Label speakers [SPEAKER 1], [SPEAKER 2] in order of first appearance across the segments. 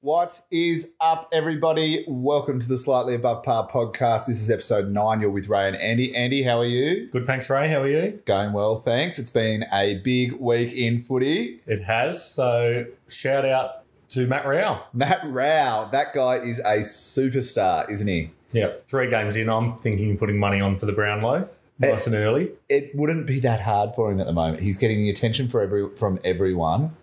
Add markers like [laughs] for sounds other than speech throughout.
[SPEAKER 1] What is up, everybody? Welcome to the Slightly Above Par podcast. This is episode nine. You're with Ray and Andy. Andy, how are you?
[SPEAKER 2] Good, thanks, Ray. How are you?
[SPEAKER 1] Going well, thanks. It's been a big week in footy.
[SPEAKER 2] It has. So, shout out to Matt Rao.
[SPEAKER 1] Matt Rao, that guy is a superstar, isn't he?
[SPEAKER 2] Yeah, three games in. I'm thinking of putting money on for the Brownlow,
[SPEAKER 1] Eh.
[SPEAKER 2] nice and early.
[SPEAKER 1] It wouldn't be that hard for him at the moment. He's getting the attention for every from everyone.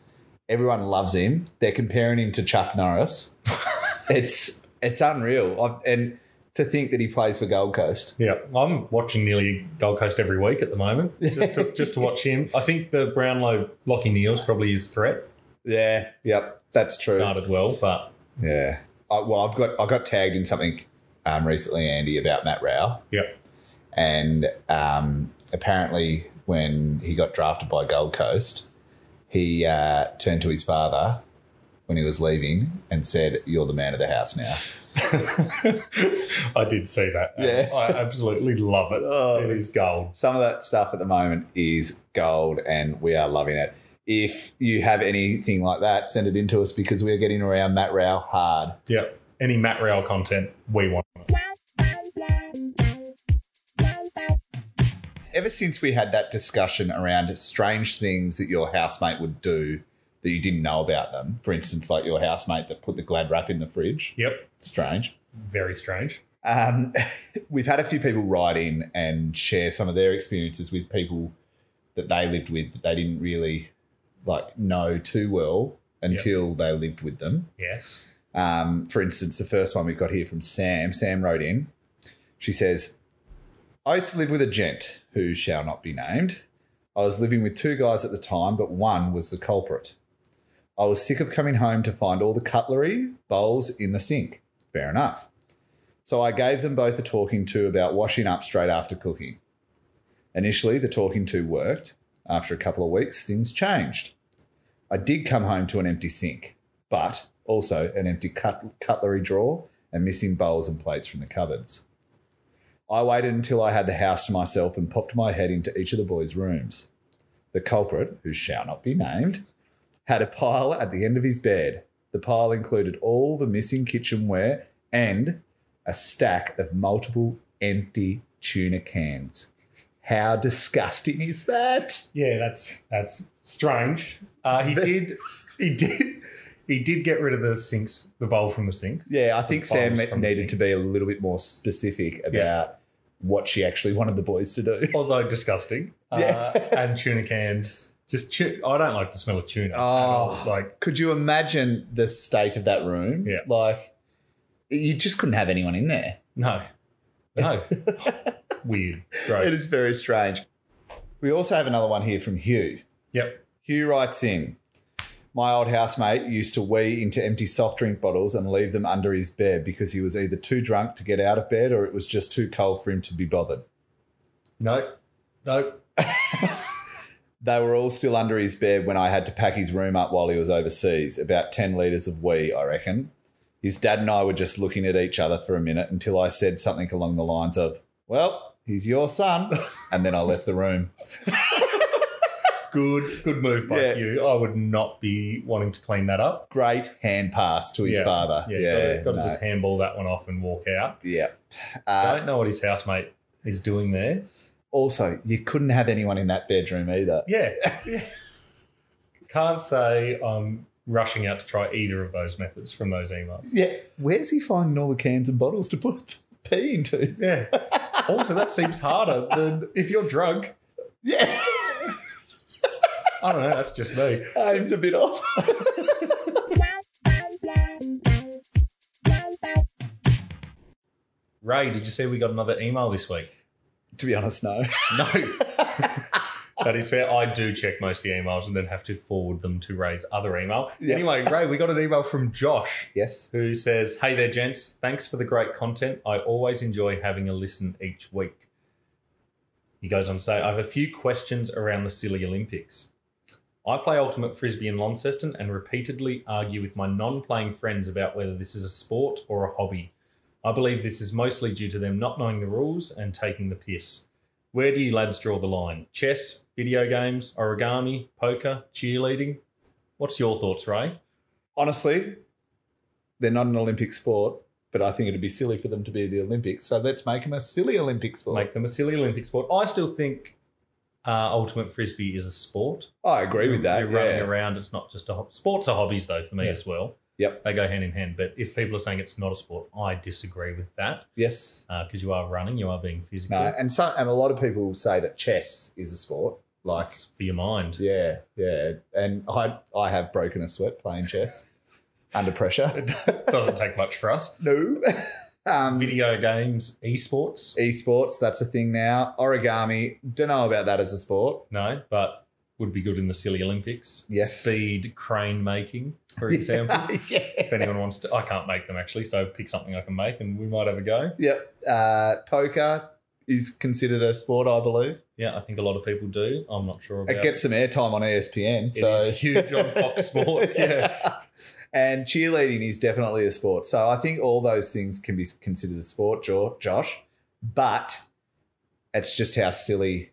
[SPEAKER 1] Everyone loves him. They're comparing him to Chuck Norris. [laughs] it's it's unreal. I've, and to think that he plays for Gold Coast.
[SPEAKER 2] Yeah, I'm watching nearly Gold Coast every week at the
[SPEAKER 1] [laughs]
[SPEAKER 2] moment, just to, just to watch him. I think the Brownlow Lockie Neal's probably his threat.
[SPEAKER 1] Yeah. Yep. That's true.
[SPEAKER 2] Started well, but
[SPEAKER 1] Yeah. I, well, I've got I got tagged in something um, recently, Andy, about Matt Rao,
[SPEAKER 2] yeah,
[SPEAKER 1] and um, apparently when he got drafted by Gold Coast, he uh, turned to his father when he was leaving and said, "You're the man of the house now."
[SPEAKER 2] [laughs] I did see that.
[SPEAKER 1] Yeah.
[SPEAKER 2] I absolutely love it.
[SPEAKER 1] Oh.
[SPEAKER 2] It is gold.
[SPEAKER 1] Some of that stuff at the moment is gold, and we are loving it. If you have anything like that, send it in to us because we are getting around Matt Rao hard.
[SPEAKER 2] Yeah, any Matt Rao content we want.
[SPEAKER 1] ever since we had that discussion around strange things that your housemate would do that you didn't know about them, for instance, like your housemate that put the glad wrap in the fridge,
[SPEAKER 2] Yep,
[SPEAKER 1] strange.
[SPEAKER 2] very strange.
[SPEAKER 1] Um, [laughs] we've had a few people write in and share some of their experiences with people that they lived with that they didn't really like know too well until they lived with them.
[SPEAKER 2] Yes.
[SPEAKER 1] Um, for instance, the first one we got here from Sam. Sam wrote in. She says, I used to live with a gent who shall not be named. I was living with two guys at the time, but one was the culprit. I was sick of coming home to find all the cutlery, bowls in the sink. Fair enough. So I gave them both a talking to about washing up straight after cooking. Initially, the talking to worked. After a couple of weeks, things changed. I did come home to an empty sink, but also an empty cut- cutlery drawer and missing bowls and plates from the cupboards. I waited until I had the house to myself and popped my head into each of the boys' rooms. The culprit, who shall not be named, had a pile at the end of his bed. The pile included all the missing kitchenware and a stack of multiple empty tuna cans. How disgusting is that?
[SPEAKER 2] Yeah, that's that's strange. Uh, he did, [laughs] he did, he did get rid of the sinks, the bowl from the sinks.
[SPEAKER 1] Yeah, I think Sam
[SPEAKER 2] bombs from the
[SPEAKER 1] needed
[SPEAKER 2] sink.
[SPEAKER 1] to be a little bit more specific about what she actually wanted the boys to do.
[SPEAKER 2] although disgusting.
[SPEAKER 1] Yeah.
[SPEAKER 2] [laughs] Uh, and tuna cans. Just tu- I don't like the smell of tuna. at
[SPEAKER 1] Oh.
[SPEAKER 2] all. like
[SPEAKER 1] Could you imagine the state of that room?
[SPEAKER 2] Yeah.
[SPEAKER 1] Like, you just couldn't have anyone in there.
[SPEAKER 2] no,
[SPEAKER 1] [laughs]
[SPEAKER 2] no, weird, gross.
[SPEAKER 1] It is very strange. We also have another one here from Hugh.
[SPEAKER 2] Yep.
[SPEAKER 1] Hugh writes in My old housemate used to wee into empty soft drink bottles and leave them under his bed because he was either too drunk to get out of bed or it was just too cold for him to be bothered.
[SPEAKER 2] No, no.
[SPEAKER 1] They were all still under his bed when I had to pack his room up while he was overseas. About 10 litres of wee, I reckon. His dad and I were just looking at each other for a minute until I said something along the lines of, Well, he's your son.
[SPEAKER 2] [laughs]
[SPEAKER 1] And then I left the room.
[SPEAKER 2] Good, good move by
[SPEAKER 1] Yeah.
[SPEAKER 2] you. I would not be wanting to clean that up.
[SPEAKER 1] Great hand pass to his
[SPEAKER 2] Yeah.
[SPEAKER 1] father.
[SPEAKER 2] Yeah,
[SPEAKER 1] yeah.
[SPEAKER 2] got to
[SPEAKER 1] no.
[SPEAKER 2] just handball that one off and walk out.
[SPEAKER 1] yeah. Uh,
[SPEAKER 2] don't know what his housemate is doing there.
[SPEAKER 1] also, you couldn't have anyone in that bedroom either.
[SPEAKER 2] Yeah. Yeah. [laughs] Can't say I'm rushing out to try either of those methods from those emails.
[SPEAKER 1] Yeah. Where's he finding all the cans and bottles to put [laughs] pee into?
[SPEAKER 2] Yeah. [laughs] also, that seems harder than if you're drunk. [laughs]
[SPEAKER 1] Yeah.
[SPEAKER 2] I don't know. That's just me.
[SPEAKER 1] Aim's a bit off. [laughs]
[SPEAKER 2] Ray, did you see we got another email this week?
[SPEAKER 1] to be honest, no.
[SPEAKER 2] [laughs] No. that is fair. I do check most of the emails and then have to forward them to Ray's other email.
[SPEAKER 1] Yeah.
[SPEAKER 2] Anyway, Ray, we got an email from Josh.
[SPEAKER 1] Yes.
[SPEAKER 2] who says, Hey there, gents. Thanks for the great content. I always enjoy having a listen each week. He goes on to say, I have a few questions around the silly Olympics. I play Ultimate Frisbee in Launceston and repeatedly argue with my non playing friends about whether this is a sport or a hobby. I believe this is mostly due to them not knowing the rules and taking the piss. Where do you lads draw the line? Chess, video games, origami, poker, cheerleading? What's your thoughts, Ray?
[SPEAKER 1] honestly, They're not an Olympic sport, but I think it'd be silly for them to be the Olympics. So let's make them a silly Olympic sport.
[SPEAKER 2] Make them a silly Olympic sport. I still think uh, ultimate frisbee is a sport.
[SPEAKER 1] I agree with that.
[SPEAKER 2] You're running
[SPEAKER 1] yeah.
[SPEAKER 2] around. It's not just a hob Sports are hobbies though for me
[SPEAKER 1] Yeah.
[SPEAKER 2] as well.
[SPEAKER 1] Yep.
[SPEAKER 2] They go hand in hand. But if people are saying it's not a sport, I disagree with that
[SPEAKER 1] Yes.
[SPEAKER 2] because you are running, you are being physical.
[SPEAKER 1] No, and so, and a lot of people say that chess is a sport. Like,
[SPEAKER 2] It's for your mind.
[SPEAKER 1] yeah, yeah. And I I have broken a sweat playing chess [laughs] under pressure.
[SPEAKER 2] [laughs]
[SPEAKER 1] [laughs]
[SPEAKER 2] Doesn't take much for us.
[SPEAKER 1] no. [laughs] um,
[SPEAKER 2] Video games, esports,
[SPEAKER 1] E- esports, that's a thing now. Origami, don't know about that as a sport.
[SPEAKER 2] no, but would be good in the silly Olympics.
[SPEAKER 1] Yes.
[SPEAKER 2] Speed crane making,
[SPEAKER 1] [laughs]
[SPEAKER 2] for example.
[SPEAKER 1] yeah.
[SPEAKER 2] If anyone wants to, I can't make them actually, so pick something I can make and we might have a go.
[SPEAKER 1] Yep. Uh, poker is considered a sport, I believe.
[SPEAKER 2] Yeah, I think a lot of people do. I'm not sure about
[SPEAKER 1] It gets some airtime on E ESPN.
[SPEAKER 2] It
[SPEAKER 1] so
[SPEAKER 2] is huge
[SPEAKER 1] [laughs]
[SPEAKER 2] on Fox Sports. Yeah.
[SPEAKER 1] And cheerleading is definitely a sport. So I think all those things can be considered a sport, Jo- Josh. But it's just how silly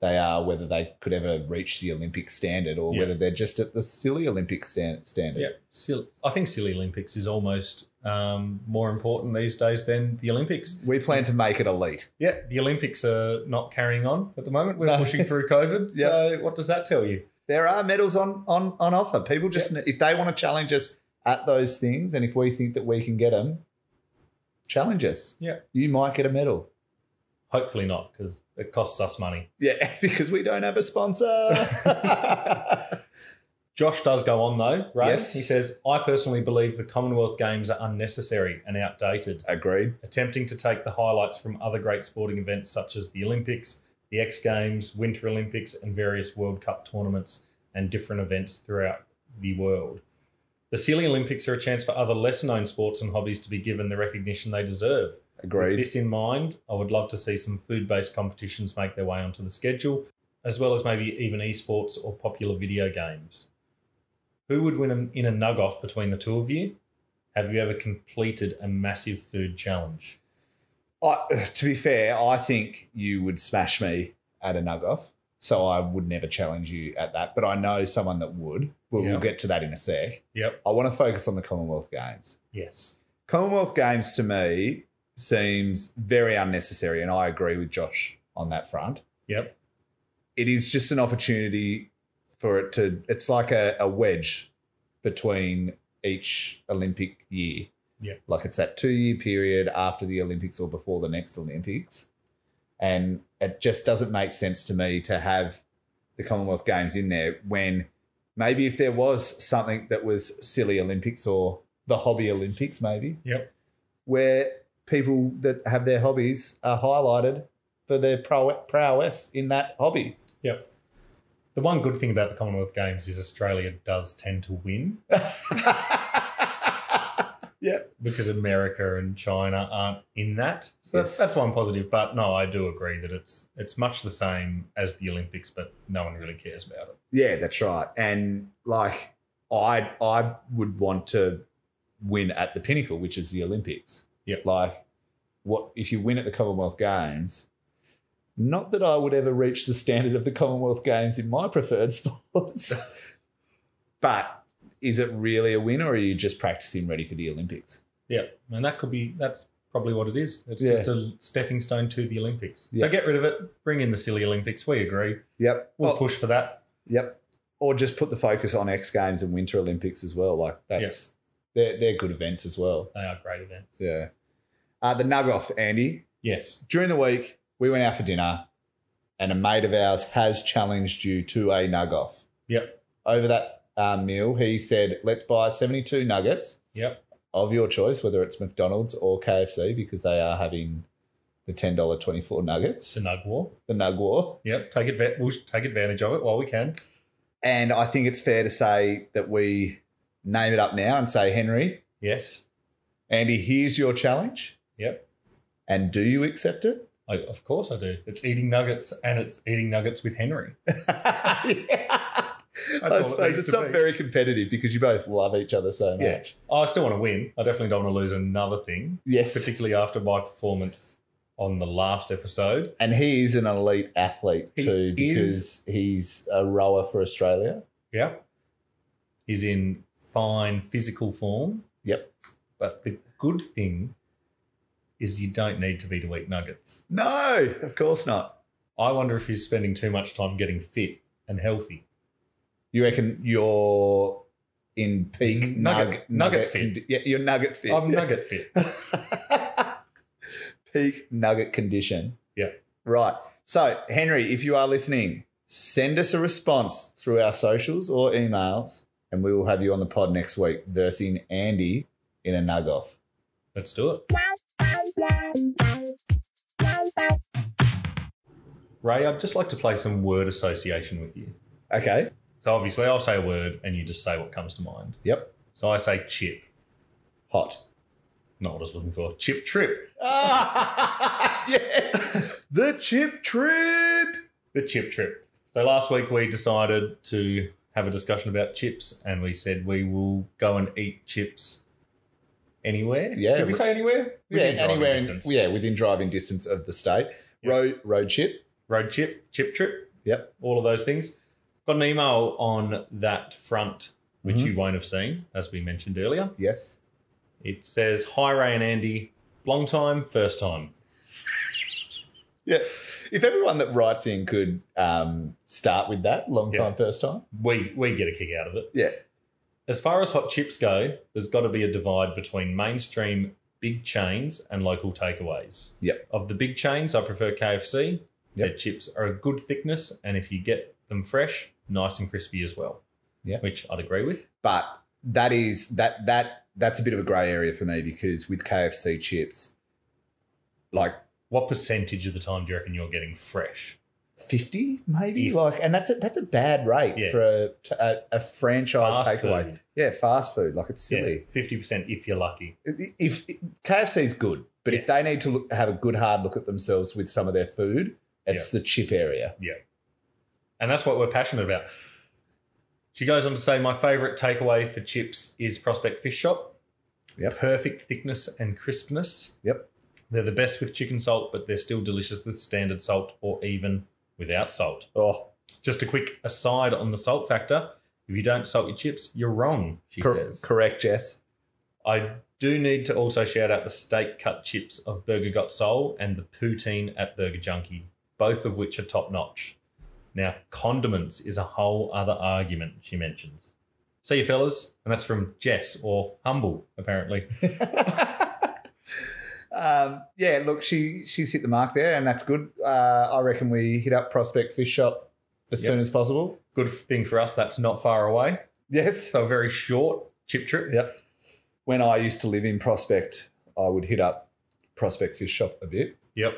[SPEAKER 1] they are, whether they could ever reach the Olympic standard or
[SPEAKER 2] Yeah.
[SPEAKER 1] whether they're just at the silly Olympic stan- standard.
[SPEAKER 2] Yeah, silly. I think silly Olympics is almost um, more important these days than the Olympics.
[SPEAKER 1] We plan to make it elite.
[SPEAKER 2] Yeah, the Olympics are not carrying on at the moment. We're
[SPEAKER 1] No.
[SPEAKER 2] pushing through COVID.
[SPEAKER 1] [laughs] Yeah.
[SPEAKER 2] So what does that tell you?
[SPEAKER 1] There are medals on on on offer. People just if they want to challenge us at those things, and if we think that we can get them, challenge us.
[SPEAKER 2] Yeah.
[SPEAKER 1] you might get a medal.
[SPEAKER 2] Hopefully not, because it costs us money.
[SPEAKER 1] Yeah, [laughs] because we don't have a sponsor.
[SPEAKER 2] Josh does go on though, right?
[SPEAKER 1] Yes.
[SPEAKER 2] He says, I personally believe the Commonwealth Games are unnecessary and outdated.
[SPEAKER 1] [laughs] Agreed.
[SPEAKER 2] attempting to take the highlights from other great sporting events such as the Olympics, the X Games, Winter Olympics, and various World Cup tournaments and different events throughout the world. The Silly Olympics are a chance for other lesser known sports and hobbies to be given the recognition they deserve. With
[SPEAKER 1] Agreed.
[SPEAKER 2] this in mind, I would love to see some food based competitions make their way onto the schedule, as well as maybe even esports or popular video games. Who would win in- in a nug off between the two of you? Have you ever completed a massive food challenge?
[SPEAKER 1] I, to be fair, I think you would smash me at a nug off. So I would never challenge you at that. But I know someone that would. We'll,
[SPEAKER 2] Yeah.
[SPEAKER 1] we'll get to that in a sec.
[SPEAKER 2] Yep.
[SPEAKER 1] I want to focus on the Commonwealth Games.
[SPEAKER 2] Yes.
[SPEAKER 1] Commonwealth Games to me seems very unnecessary, and I agree with Josh on that front.
[SPEAKER 2] Yep.
[SPEAKER 1] It is just an opportunity for it to, it's like a, a wedge between each Olympic year.
[SPEAKER 2] Yeah.
[SPEAKER 1] Like it's that two year period after the Olympics or before the next Olympics. And it just doesn't make sense to me to have the Commonwealth Games in there when maybe if there was something that was silly Olympics or the hobby Olympics, maybe
[SPEAKER 2] Yep.
[SPEAKER 1] where people that have their hobbies are highlighted for their prow- prowess in that hobby.
[SPEAKER 2] Yep. The one good thing about the Commonwealth Games is Australia does tend to win because America and China aren't in that. So that's,
[SPEAKER 1] Yes.
[SPEAKER 2] that's one positive. But no, I do agree that it's it's much the same as the Olympics, but no one really cares about it.
[SPEAKER 1] [laughs] yeah, that's right. And like, I I would want to win at the pinnacle, which is the Olympics.
[SPEAKER 2] Yep.
[SPEAKER 1] Like, what if you win at the Commonwealth Games? Not that I would ever reach the standard of the Commonwealth Games in my preferred [laughs] sports, but is it really a win, or are you just practicing ready for the Olympics?
[SPEAKER 2] Yeah. And that could be that's probably what it is. It's
[SPEAKER 1] Yeah.
[SPEAKER 2] just a stepping stone to the Olympics.
[SPEAKER 1] Yeah.
[SPEAKER 2] So get rid of it. Bring in the silly Olympics. We agree.
[SPEAKER 1] Yep.
[SPEAKER 2] We'll
[SPEAKER 1] Or-
[SPEAKER 2] push for that.
[SPEAKER 1] yep. Or just put the focus on X Games and Winter Olympics as well. Like that's they're they're good events as well.
[SPEAKER 2] They are great events.
[SPEAKER 1] Yeah. Uh, the nug off, Andy.
[SPEAKER 2] Yes.
[SPEAKER 1] During the week, we went out for dinner, and a mate of ours has challenged you to a nug off.
[SPEAKER 2] Yep.
[SPEAKER 1] Over that uh, meal, he said, "Let's buy seventy-two nuggets
[SPEAKER 2] Yep.
[SPEAKER 1] of your choice, whether it's McDonald's or KFC, because they are having the ten dollar twenty-four
[SPEAKER 2] It's
[SPEAKER 1] nuggets,
[SPEAKER 2] a nug war.
[SPEAKER 1] the nug war."
[SPEAKER 2] Yep. Take adva- we'll take advantage of it while we can.
[SPEAKER 1] And I think it's fair to say that we name it up now and say, Henry,
[SPEAKER 2] Yes.
[SPEAKER 1] Andy, here's your challenge.
[SPEAKER 2] Yep.
[SPEAKER 1] And do you accept it?
[SPEAKER 2] I, of course I do. It's eating nuggets and it's eating nuggets with Henry. all
[SPEAKER 1] I
[SPEAKER 2] it
[SPEAKER 1] suppose
[SPEAKER 2] needs
[SPEAKER 1] it's
[SPEAKER 2] to
[SPEAKER 1] not
[SPEAKER 2] be.
[SPEAKER 1] very competitive because you both love each other so much.
[SPEAKER 2] Yeah. I still want to win. I definitely don't want to lose another thing,
[SPEAKER 1] Yes.
[SPEAKER 2] particularly after my performance on the last episode.
[SPEAKER 1] And he is an elite athlete
[SPEAKER 2] He
[SPEAKER 1] too
[SPEAKER 2] is.
[SPEAKER 1] because he's a rower for Australia.
[SPEAKER 2] Yeah. He's in fine physical form.
[SPEAKER 1] Yep.
[SPEAKER 2] But the good thing is you don't need to be to eat nuggets.
[SPEAKER 1] No, of course not.
[SPEAKER 2] I wonder if he's spending too much time getting fit and healthy.
[SPEAKER 1] You reckon you're in peak
[SPEAKER 2] Nugget-
[SPEAKER 1] nug,
[SPEAKER 2] nugget
[SPEAKER 1] condi-
[SPEAKER 2] fit.
[SPEAKER 1] yeah, you're nugget fit.
[SPEAKER 2] I'm nugget fit.
[SPEAKER 1] [laughs] peak nugget condition.
[SPEAKER 2] Yeah.
[SPEAKER 1] Right. So, Henry, if you are listening, send us a response through our socials or emails, and we will have you on the pod next week versing Andy in a nug off.
[SPEAKER 2] Let's do it. Ray, I'd just like to play some word association with you.
[SPEAKER 1] Okay.
[SPEAKER 2] So obviously I'll say a word and you just say what comes to mind.
[SPEAKER 1] Yep.
[SPEAKER 2] So I say chip. [laughs]
[SPEAKER 1] Hot.
[SPEAKER 2] Not what I was looking for. Chip trip.
[SPEAKER 1] Ah, yes. The chip trip.
[SPEAKER 2] The chip trip. So last week we decided to have a discussion about chips and we said we will go and eat chips anywhere.
[SPEAKER 1] Yeah.
[SPEAKER 2] Did we say anywhere?
[SPEAKER 1] Yeah,
[SPEAKER 2] Within driving
[SPEAKER 1] anywhere. In,
[SPEAKER 2] distance.
[SPEAKER 1] yeah, within driving distance of the state.
[SPEAKER 2] Yeah.
[SPEAKER 1] Road road chip.
[SPEAKER 2] Road chip, chip trip.
[SPEAKER 1] Yep.
[SPEAKER 2] all of those things. Got an email on that front, which
[SPEAKER 1] Mm-hmm.
[SPEAKER 2] you won't have seen, as we mentioned earlier.
[SPEAKER 1] Yes.
[SPEAKER 2] It says, Hi, Ray and Andy. Long time, first time.
[SPEAKER 1] Yeah. If everyone that writes in could um, start with that, long
[SPEAKER 2] Yeah.
[SPEAKER 1] time, first time.
[SPEAKER 2] We, we get a kick out of it.
[SPEAKER 1] Yeah.
[SPEAKER 2] As far as hot chips go, there's got to be a divide between mainstream big chains and local takeaways.
[SPEAKER 1] Yep.
[SPEAKER 2] Of the big chains, I prefer KFC. Their
[SPEAKER 1] Yep.
[SPEAKER 2] chips are a good thickness, and if you get them fresh, nice and crispy as well.
[SPEAKER 1] Yeah.
[SPEAKER 2] Which I'd agree with.
[SPEAKER 1] But that is that that that's a bit of a grey area for me because with KFC chips, like
[SPEAKER 2] What percentage of the time do you reckon you're getting fresh?
[SPEAKER 1] fifty maybe,
[SPEAKER 2] If-
[SPEAKER 1] like, and that's a that's a bad rate
[SPEAKER 2] Yeah.
[SPEAKER 1] for a, t- a, a franchise
[SPEAKER 2] Fast
[SPEAKER 1] takeaway.
[SPEAKER 2] food.
[SPEAKER 1] Yeah, fast food, like it's silly.
[SPEAKER 2] Fifty percent if you're lucky.
[SPEAKER 1] if KFC's good, but if they need to look, have a good hard look at themselves with some of their food, it's the chip area.
[SPEAKER 2] And that's what we're passionate about. She goes on to say, My favourite takeaway for chips is Prospect Fish Shop.
[SPEAKER 1] Yep.
[SPEAKER 2] Perfect thickness and crispness.
[SPEAKER 1] Yep.
[SPEAKER 2] They're the best with chicken salt, but they're still delicious with standard salt or even without salt.
[SPEAKER 1] Oh,
[SPEAKER 2] Just a quick aside on the salt factor. If you don't salt your chips, you're wrong, she
[SPEAKER 1] cor-
[SPEAKER 2] says.
[SPEAKER 1] correct, Jess.
[SPEAKER 2] I do need to also shout out the steak cut chips of Burger Got Soul and the poutine at Burger Junkie, both of which are top notch. Now, condiments is a whole other argument, she mentions. See you, fellas. And that's from Jess, or Humble, apparently.
[SPEAKER 1] um, yeah, look, she she's hit the mark there, and that's good. Uh, I reckon we hit up Prospect Fish Shop as
[SPEAKER 2] Yep.
[SPEAKER 1] soon as possible.
[SPEAKER 2] Good thing for us, that's not far away.
[SPEAKER 1] Yes.
[SPEAKER 2] So, a very short chip trip.
[SPEAKER 1] Yep. When I used to live in Prospect, I would hit up Prospect Fish Shop a bit.
[SPEAKER 2] Yep.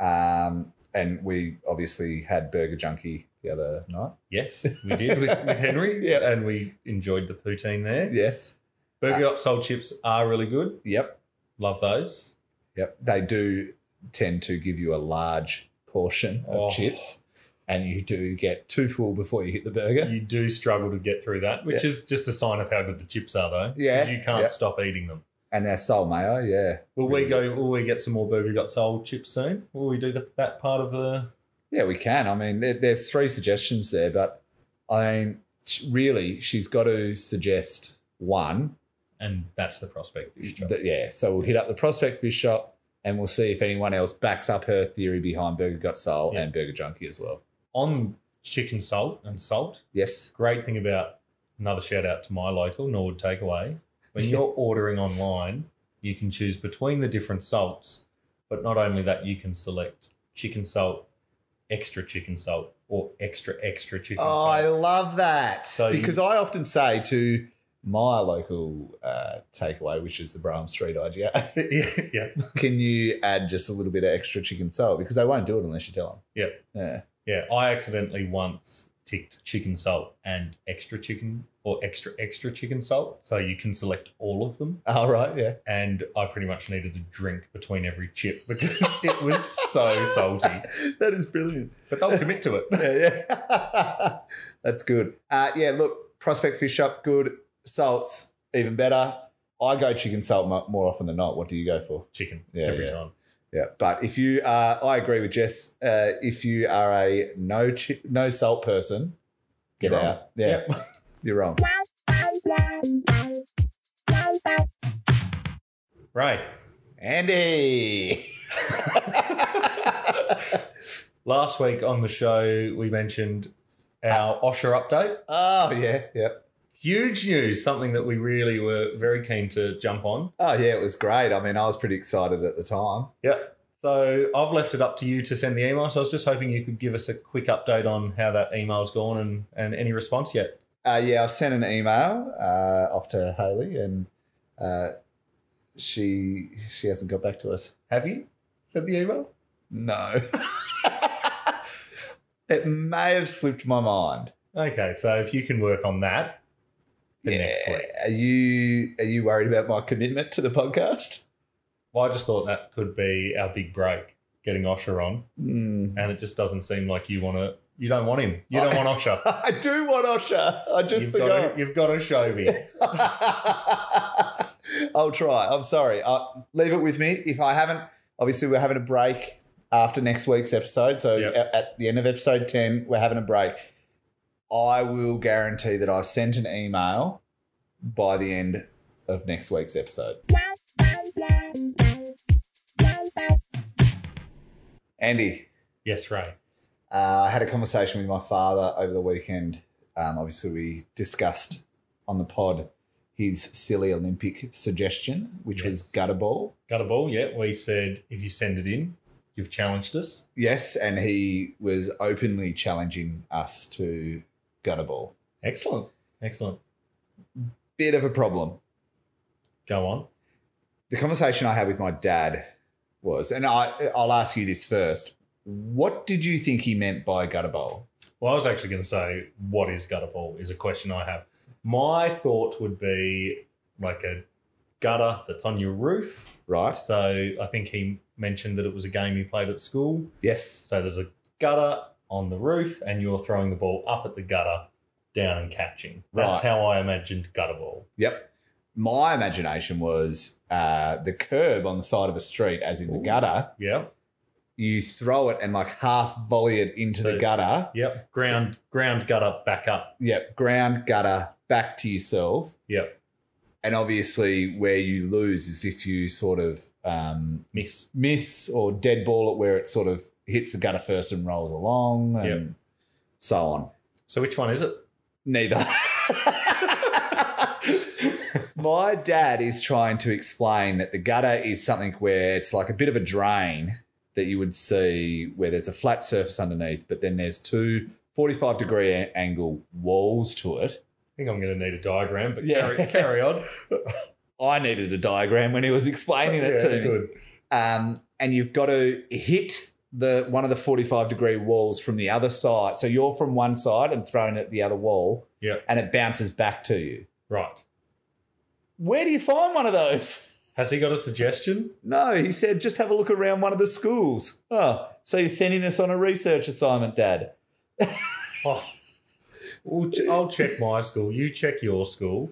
[SPEAKER 1] Um, and we obviously had Burger Junkie the other night.
[SPEAKER 2] Yes, we did with,
[SPEAKER 1] [laughs]
[SPEAKER 2] with Henry.
[SPEAKER 1] Yeah.
[SPEAKER 2] And we enjoyed the poutine there.
[SPEAKER 1] Yes.
[SPEAKER 2] Burger Got Soul chips are really good.
[SPEAKER 1] Yep.
[SPEAKER 2] Love those.
[SPEAKER 1] Yep. They do tend to give you a large portion of
[SPEAKER 2] Oh.
[SPEAKER 1] chips, and you do get too full before you hit the burger.
[SPEAKER 2] you do struggle to get through that, which is just a sign of how good the chips are, though. 'cause
[SPEAKER 1] Yeah,
[SPEAKER 2] you can't
[SPEAKER 1] yeah.
[SPEAKER 2] stop eating them.
[SPEAKER 1] And their soul mayo, yeah.
[SPEAKER 2] Will
[SPEAKER 1] Really
[SPEAKER 2] we go? Will we get some more Burger Got Soul chips soon? Will we do the, that part of the?
[SPEAKER 1] Yeah, we can. I mean, there, there's three suggestions there, but I mean, sh- really, she's got to suggest one.
[SPEAKER 2] And that's the prospect fish chop.
[SPEAKER 1] That, yeah. So we'll hit up the Prospect Fish Shop and we'll see if anyone else backs up her theory behind Burger Got Soul
[SPEAKER 2] Yeah.
[SPEAKER 1] and Burger Junkie as well.
[SPEAKER 2] On chicken salt and salt.
[SPEAKER 1] Yes.
[SPEAKER 2] Great thing about another shout out to my local Norwood Takeaway. When you're ordering online, you can choose between the different salts, but not only that, you can select chicken salt, extra chicken salt, or extra extra chicken
[SPEAKER 1] Oh,
[SPEAKER 2] [laughs] salt.
[SPEAKER 1] I love that.
[SPEAKER 2] So you-
[SPEAKER 1] because I often say to my local uh, takeaway, which is the Brougham Street IGA,
[SPEAKER 2] yeah.
[SPEAKER 1] [laughs] can you add just a little bit of extra chicken salt? Because they won't do it unless you tell them. Yeah. Yeah.
[SPEAKER 2] Yeah, I accidentally once ticked chicken salt and extra chicken or extra extra chicken salt. So you can select all of them.
[SPEAKER 1] All right. Yeah.
[SPEAKER 2] And I pretty much needed a drink between every chip [laughs] because it was
[SPEAKER 1] [laughs]
[SPEAKER 2] so salty.
[SPEAKER 1] that is brilliant.
[SPEAKER 2] But they'll commit to it.
[SPEAKER 1] Yeah. yeah. [laughs] That's good. Uh, yeah. Look, Prospect Fish Shop, good. Salts, even better. I go chicken salt mo- more often than not. What do you go for?
[SPEAKER 2] Chicken
[SPEAKER 1] Yeah,
[SPEAKER 2] every
[SPEAKER 1] yeah.
[SPEAKER 2] time.
[SPEAKER 1] Yeah, but if you are, I agree with Jess. Uh, if you are a no chi- no salt person, get
[SPEAKER 2] You're wrong.
[SPEAKER 1] out. Yeah, you're wrong.
[SPEAKER 2] [laughs] Right.
[SPEAKER 1] Andy. [laughs]
[SPEAKER 2] Last week on the show, we mentioned our Osher update.
[SPEAKER 1] oh yeah, yep.
[SPEAKER 2] Huge news, something that we really were very keen to jump on.
[SPEAKER 1] Oh yeah, it was great. I mean, I was pretty excited at the time.
[SPEAKER 2] Yep. So I've left it up to you to send the email. So I was just hoping you could give us a quick update on how that email's gone and, and any response yet.
[SPEAKER 1] Uh, yeah, I've sent an email uh, off to Haley, and uh, she she hasn't got back to us.
[SPEAKER 2] Have you sent the email?
[SPEAKER 1] No. [laughs] it may have slipped my mind.
[SPEAKER 2] Okay, so if you can work on that for next week.
[SPEAKER 1] Are you are you worried about my commitment to the podcast?
[SPEAKER 2] Well, I just thought that could be our big break, getting Osher on.
[SPEAKER 1] Hmm. [laughs]
[SPEAKER 2] And it just doesn't seem like you want to, you don't want him. You don't want Osher.
[SPEAKER 1] I do want Osha. I just
[SPEAKER 2] you've,
[SPEAKER 1] forgot.
[SPEAKER 2] got to, you've got to show me.
[SPEAKER 1] [laughs] I'll try. I'm sorry. Uh, leave it with me. If I haven't, obviously, we're having a break after next week's episode. So
[SPEAKER 2] Yep.
[SPEAKER 1] a- at the end of episode 10, we're having a break. I will guarantee that I sent an email by the end of next week's episode. Andy,
[SPEAKER 2] [laughs] yes, Ray.
[SPEAKER 1] uh, I had a conversation with my father over the weekend. Um, obviously, we discussed on the pod his silly Olympic suggestion, which was
[SPEAKER 2] Yes.
[SPEAKER 1] gutter ball.
[SPEAKER 2] Got a ball yet? We said if you send it in, you've challenged us.
[SPEAKER 1] Yes, and he was openly challenging us to gutter ball.
[SPEAKER 2] Excellent. Excellent.
[SPEAKER 1] Bit of a problem.
[SPEAKER 2] Go on.
[SPEAKER 1] The conversation I had with my dad was, and I, I'll ask you this first. What did you think he meant by gutter bowl?
[SPEAKER 2] Well, I was actually going to say, what is gutter ball? Is a question I have. My thought would be like a gutter that's on your roof.
[SPEAKER 1] Right?
[SPEAKER 2] So I think he mentioned that it was a game he played at school.
[SPEAKER 1] Yes.
[SPEAKER 2] So there's a gutter on the roof, and you're throwing the ball up at the gutter, down and catching. That's
[SPEAKER 1] Right.
[SPEAKER 2] how I imagined gutter ball.
[SPEAKER 1] Yep. My imagination was uh, the curb on the side of a street, as in the
[SPEAKER 2] Ooh.
[SPEAKER 1] gutter.
[SPEAKER 2] Yeah.
[SPEAKER 1] You throw it and like half volley it into the
[SPEAKER 2] So-
[SPEAKER 1] gutter.
[SPEAKER 2] Yep. Ground, ground gutter back up.
[SPEAKER 1] Yep. Ground, gutter, back to yourself.
[SPEAKER 2] Yep.
[SPEAKER 1] and obviously where you lose is if you sort of um,
[SPEAKER 2] Miss.
[SPEAKER 1] miss or dead ball it where it sort of hits the gutter first and rolls along and so on.
[SPEAKER 2] So which one is it?
[SPEAKER 1] Neither. [laughs] My dad is trying to explain that the gutter is something where it's like a bit of a drain that you would see where there's a flat surface underneath, but then there's two 45 degree a- angle walls to it.
[SPEAKER 2] I think I'm going to need a diagram, but
[SPEAKER 1] Yeah.
[SPEAKER 2] carry,
[SPEAKER 1] [laughs]
[SPEAKER 2] carry on.
[SPEAKER 1] I needed a diagram when he was explaining it to
[SPEAKER 2] Yeah,
[SPEAKER 1] me.
[SPEAKER 2] good.
[SPEAKER 1] um, and you've got to hit the one of the 45 degree walls from the other side. So you're from one side and thrown at the other wall,
[SPEAKER 2] Yeah.
[SPEAKER 1] and it bounces back to you.
[SPEAKER 2] Right.
[SPEAKER 1] Where do you find one of those? [laughs]
[SPEAKER 2] Has he got a suggestion?
[SPEAKER 1] No, he said, just have a look around one of the schools. Oh, so you're sending us on a research assignment, Dad?
[SPEAKER 2] Oh, we'll ch- I'll check my school. You check your school.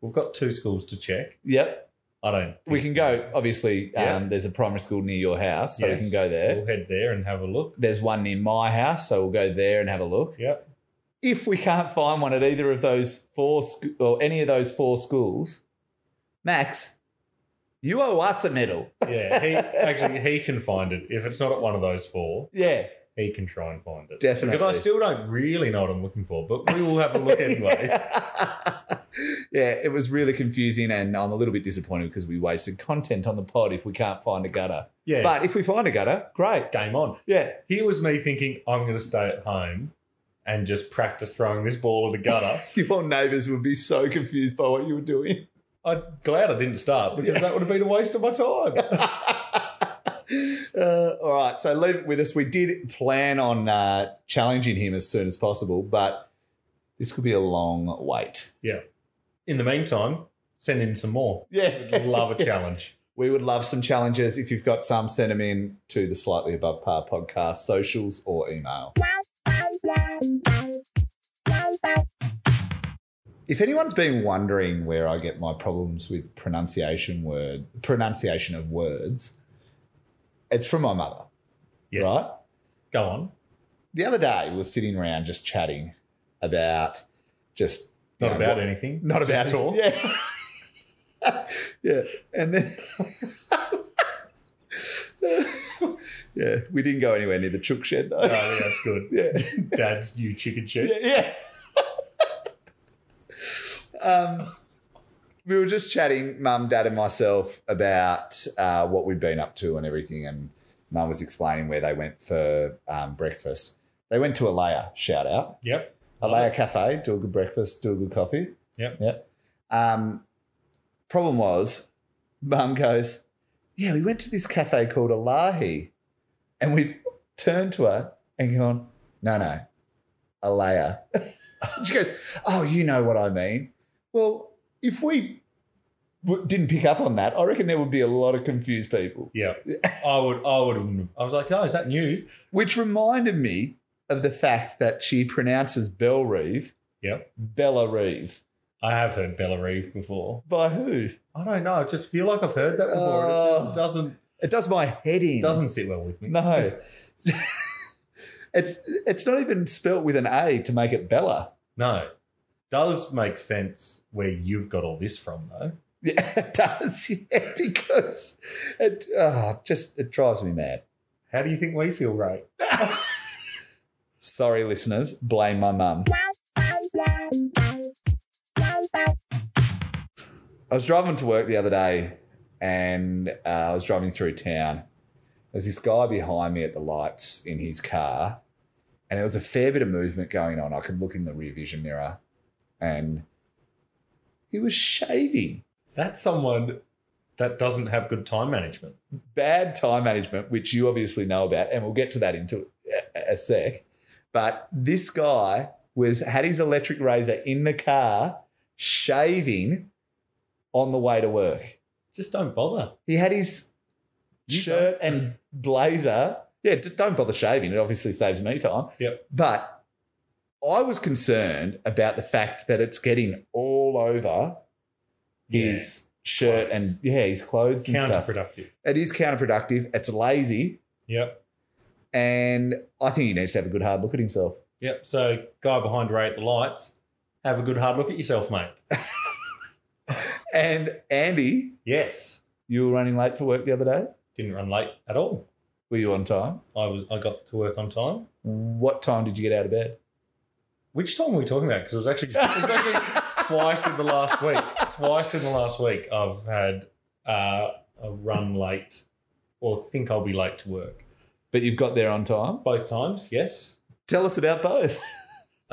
[SPEAKER 2] We've got two schools to check.
[SPEAKER 1] Yep,
[SPEAKER 2] I don't.
[SPEAKER 1] we can
[SPEAKER 2] think-
[SPEAKER 1] go. Obviously,
[SPEAKER 2] Yeah.
[SPEAKER 1] um, there's a primary school near your house, so
[SPEAKER 2] Yes.
[SPEAKER 1] we can go there.
[SPEAKER 2] We'll head there and have a look.
[SPEAKER 1] There's one near my house, so we'll go there and have a look.
[SPEAKER 2] Yep.
[SPEAKER 1] if we can't find one at either of those four sc- or any of those four schools, Max, you owe us a medal.
[SPEAKER 2] Yeah. He actually he can find it. If it's not at one of those four,
[SPEAKER 1] [laughs] Yeah,
[SPEAKER 2] he can try and find it.
[SPEAKER 1] Definitely.
[SPEAKER 2] Because I still don't really know what I'm looking for, but we will have
[SPEAKER 1] [laughs]
[SPEAKER 2] a look anyway.
[SPEAKER 1] yeah, it was really confusing, and I'm a little bit disappointed because we wasted content on the pod if we can't find a gutter.
[SPEAKER 2] Yeah.
[SPEAKER 1] But if we find a gutter, great.
[SPEAKER 2] game on.
[SPEAKER 1] Yeah,
[SPEAKER 2] Here was me thinking I'm going to stay at home and just practice throwing this ball at a gutter.
[SPEAKER 1] your neighbours would be so confused by what you were doing.
[SPEAKER 2] I'm glad I didn't start because that would have been a waste of my time.
[SPEAKER 1] [laughs] Uh, all right, so leave it with us. We did plan on uh, challenging him as soon as possible, but this could be a long wait.
[SPEAKER 2] In the meantime, send in some more.
[SPEAKER 1] Yeah,
[SPEAKER 2] Love a challenge.
[SPEAKER 1] [laughs] we would love some challenges. If you've got some, send them in to the slightly above par podcast socials or email. If anyone's been wondering where I get my problems with pronunciation word pronunciation of words, it's from my mother,
[SPEAKER 2] Yes.
[SPEAKER 1] right?
[SPEAKER 2] Go on.
[SPEAKER 1] the other day we were sitting around just chatting about just you
[SPEAKER 2] Not
[SPEAKER 1] know,
[SPEAKER 2] about
[SPEAKER 1] what-
[SPEAKER 2] anything.
[SPEAKER 1] [laughs]
[SPEAKER 2] [laughs]
[SPEAKER 1] not about
[SPEAKER 2] Just talk.
[SPEAKER 1] Yeah. [laughs] yeah. And then. [laughs] yeah, we didn't go anywhere near the chook shed, though.
[SPEAKER 2] No, I think Oh, that's
[SPEAKER 1] [laughs]
[SPEAKER 2] good.
[SPEAKER 1] Yeah.
[SPEAKER 2] Dad's new chicken shit.
[SPEAKER 1] Yeah. yeah. [laughs] um, we were just chatting, mum, dad, and myself, about uh, what we'd been up to and everything. And mum was explaining where they went for um, breakfast. They went to Alea, shout out.
[SPEAKER 2] Yep.
[SPEAKER 1] Alea Cafe, do a good breakfast, do a good coffee.
[SPEAKER 2] Yep.
[SPEAKER 1] Yep. Um, problem was, mum goes, Yeah, we went to this cafe called Alahi. And we've turned to her and gone, No, no, Alea. [laughs] she goes, Oh, you know what I mean. Well, if we w- didn't pick up on that, I reckon there would be a lot of confused people.
[SPEAKER 2] Yeah. I would I would have I was like, oh, is that new?
[SPEAKER 1] Which reminded me of the fact that she pronounces Belle Reeve
[SPEAKER 2] Yep.
[SPEAKER 1] Bella Reeve.
[SPEAKER 2] I have heard Bella Reeve before.
[SPEAKER 1] By who?
[SPEAKER 2] I don't know. I just feel like I've heard that before. it
[SPEAKER 1] Oh.
[SPEAKER 2] just doesn't
[SPEAKER 1] It does my head in.
[SPEAKER 2] doesn't sit well with me.
[SPEAKER 1] No. [laughs] it's it's not even spelt with an A to make it Bella. [laughs]
[SPEAKER 2] No. Does make sense where you've got all this from though.
[SPEAKER 1] Yeah, it does. [laughs] Yeah, because it oh, just it drives me mad.
[SPEAKER 2] How do you think we feel, Ray?
[SPEAKER 1] Sorry, listeners. Blame my mum. I was driving to work the other day, and uh, I was driving through town. There's this guy behind me at the lights in his car, and there was a fair bit of movement going on. I could look in the rear vision mirror, and he was shaving.
[SPEAKER 2] That's someone that doesn't have good time management.
[SPEAKER 1] bad time management, which you obviously know about, and we'll get to that into a, a sec. But this guy was had his electric razor in the car, shaving on the way to work.
[SPEAKER 2] Just don't bother.
[SPEAKER 1] He had his
[SPEAKER 2] You
[SPEAKER 1] shirt and blazer. Yeah, d- don't bother shaving. It obviously saves me time.
[SPEAKER 2] Yep.
[SPEAKER 1] But I was concerned about the fact that it's getting all over his shirt and
[SPEAKER 2] Clothes.
[SPEAKER 1] yeah, his clothes and stuff.
[SPEAKER 2] counterproductive.
[SPEAKER 1] It is counterproductive. It's lazy.
[SPEAKER 2] Yep.
[SPEAKER 1] And I think he needs to have a good hard look at himself.
[SPEAKER 2] Yep. So guy behind Ray at the lights, have a good hard look at yourself, mate.
[SPEAKER 1] And Andy,
[SPEAKER 2] Yes.
[SPEAKER 1] you were running late for work the other day.
[SPEAKER 2] Didn't run late at all.
[SPEAKER 1] Were you on time?
[SPEAKER 2] I was I got to work on time.
[SPEAKER 1] What time did you get out of bed?
[SPEAKER 2] Which time were we talking about? Because it was actually, it was actually
[SPEAKER 1] [laughs]
[SPEAKER 2] twice in the last week. Twice in the last week, I've had uh, a run late, or think I'll be late to work.
[SPEAKER 1] But you've got there on time.
[SPEAKER 2] Both times, yes.
[SPEAKER 1] Tell us about both. [laughs]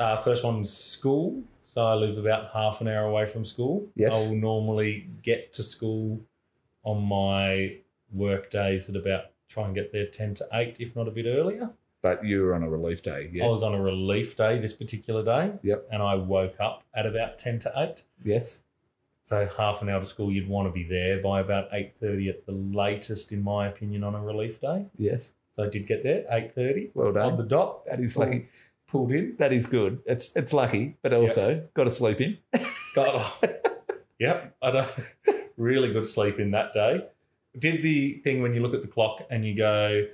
[SPEAKER 2] Uh, first one was school. So I live about half an hour away from school.
[SPEAKER 1] Yes.
[SPEAKER 2] I will normally get to school on my work days at about try and get there 10 to 8, if not a bit earlier.
[SPEAKER 1] But you were on a relief day. Yeah.
[SPEAKER 2] I was on a relief day this particular day.
[SPEAKER 1] Yep.
[SPEAKER 2] And I woke up at about 10 to 8.
[SPEAKER 1] yes.
[SPEAKER 2] So half an hour to school, you'd want to be there by about 8.30 at the latest, in my opinion, on a relief day.
[SPEAKER 1] Yes.
[SPEAKER 2] So I did get there, 8.30
[SPEAKER 1] Well
[SPEAKER 2] on
[SPEAKER 1] done.
[SPEAKER 2] the dot,
[SPEAKER 1] That is lucky.
[SPEAKER 2] pulled in.
[SPEAKER 1] That is good. It's it's lucky, but also got to sleep in.
[SPEAKER 2] Got, yep, I don't, really good sleep in that day. Did the thing when you look at the clock and you go,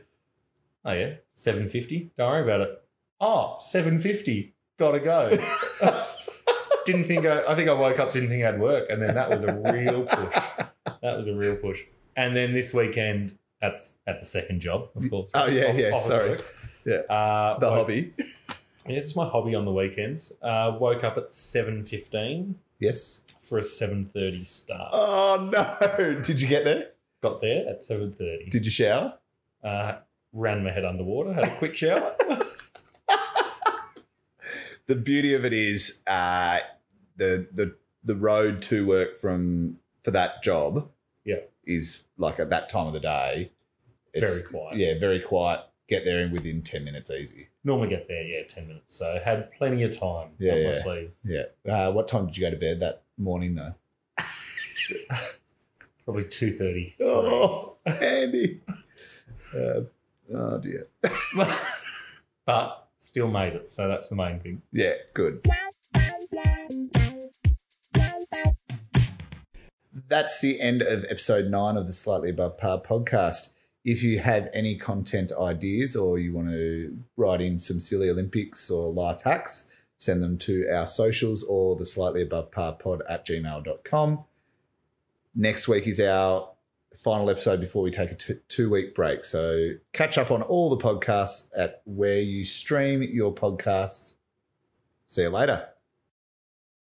[SPEAKER 2] oh yeah, 7.50, don't worry about it. Oh, 7.50, gotta go. [laughs] didn't think I, I think I woke up, didn't think I'd work. And then that was a real push. That was a real push. And then this weekend at at the second job, of course.
[SPEAKER 1] Oh, yeah,
[SPEAKER 2] Off-
[SPEAKER 1] yeah,
[SPEAKER 2] office
[SPEAKER 1] sorry.
[SPEAKER 2] works.
[SPEAKER 1] Yeah.
[SPEAKER 2] Uh,
[SPEAKER 1] The
[SPEAKER 2] woke-
[SPEAKER 1] hobby.
[SPEAKER 2] Yeah, it's my hobby on the weekends. Uh, woke up at seven fifteen
[SPEAKER 1] Yes.
[SPEAKER 2] for a seven thirty start.
[SPEAKER 1] Oh no! [laughs] Did you get there?
[SPEAKER 2] Got there at seven thirty.
[SPEAKER 1] Did you shower?
[SPEAKER 2] Uh, ran my head underwater. Had a quick
[SPEAKER 1] [laughs]
[SPEAKER 2] shower.
[SPEAKER 1] the beauty of it is uh, the the the road to work from for that job
[SPEAKER 2] Yeah.
[SPEAKER 1] is like at that time of the day
[SPEAKER 2] Very quiet.
[SPEAKER 1] yeah very quiet get there in within 10 minutes easy
[SPEAKER 2] Normally get there, yeah, ten minutes. So had plenty of time.
[SPEAKER 1] Yeah,
[SPEAKER 2] up my
[SPEAKER 1] yeah.
[SPEAKER 2] sleeve.
[SPEAKER 1] yeah uh, what time did you go to bed that morning though
[SPEAKER 2] Probably two thirty. [laughs]
[SPEAKER 1] Oh, [laughs] andy uh, oh dear
[SPEAKER 2] but still made it. So that's the main thing.
[SPEAKER 1] yeah good that's the end of episode nine of the Slightly Above Par podcast. If you have any content ideas or you want to write in some silly Olympics or life hacks, send them to our socials or the slightly above par pod at gmail.com. Next week is our final episode before we take a two, two week break. So catch up on all the podcasts at where you stream your podcasts. See you later.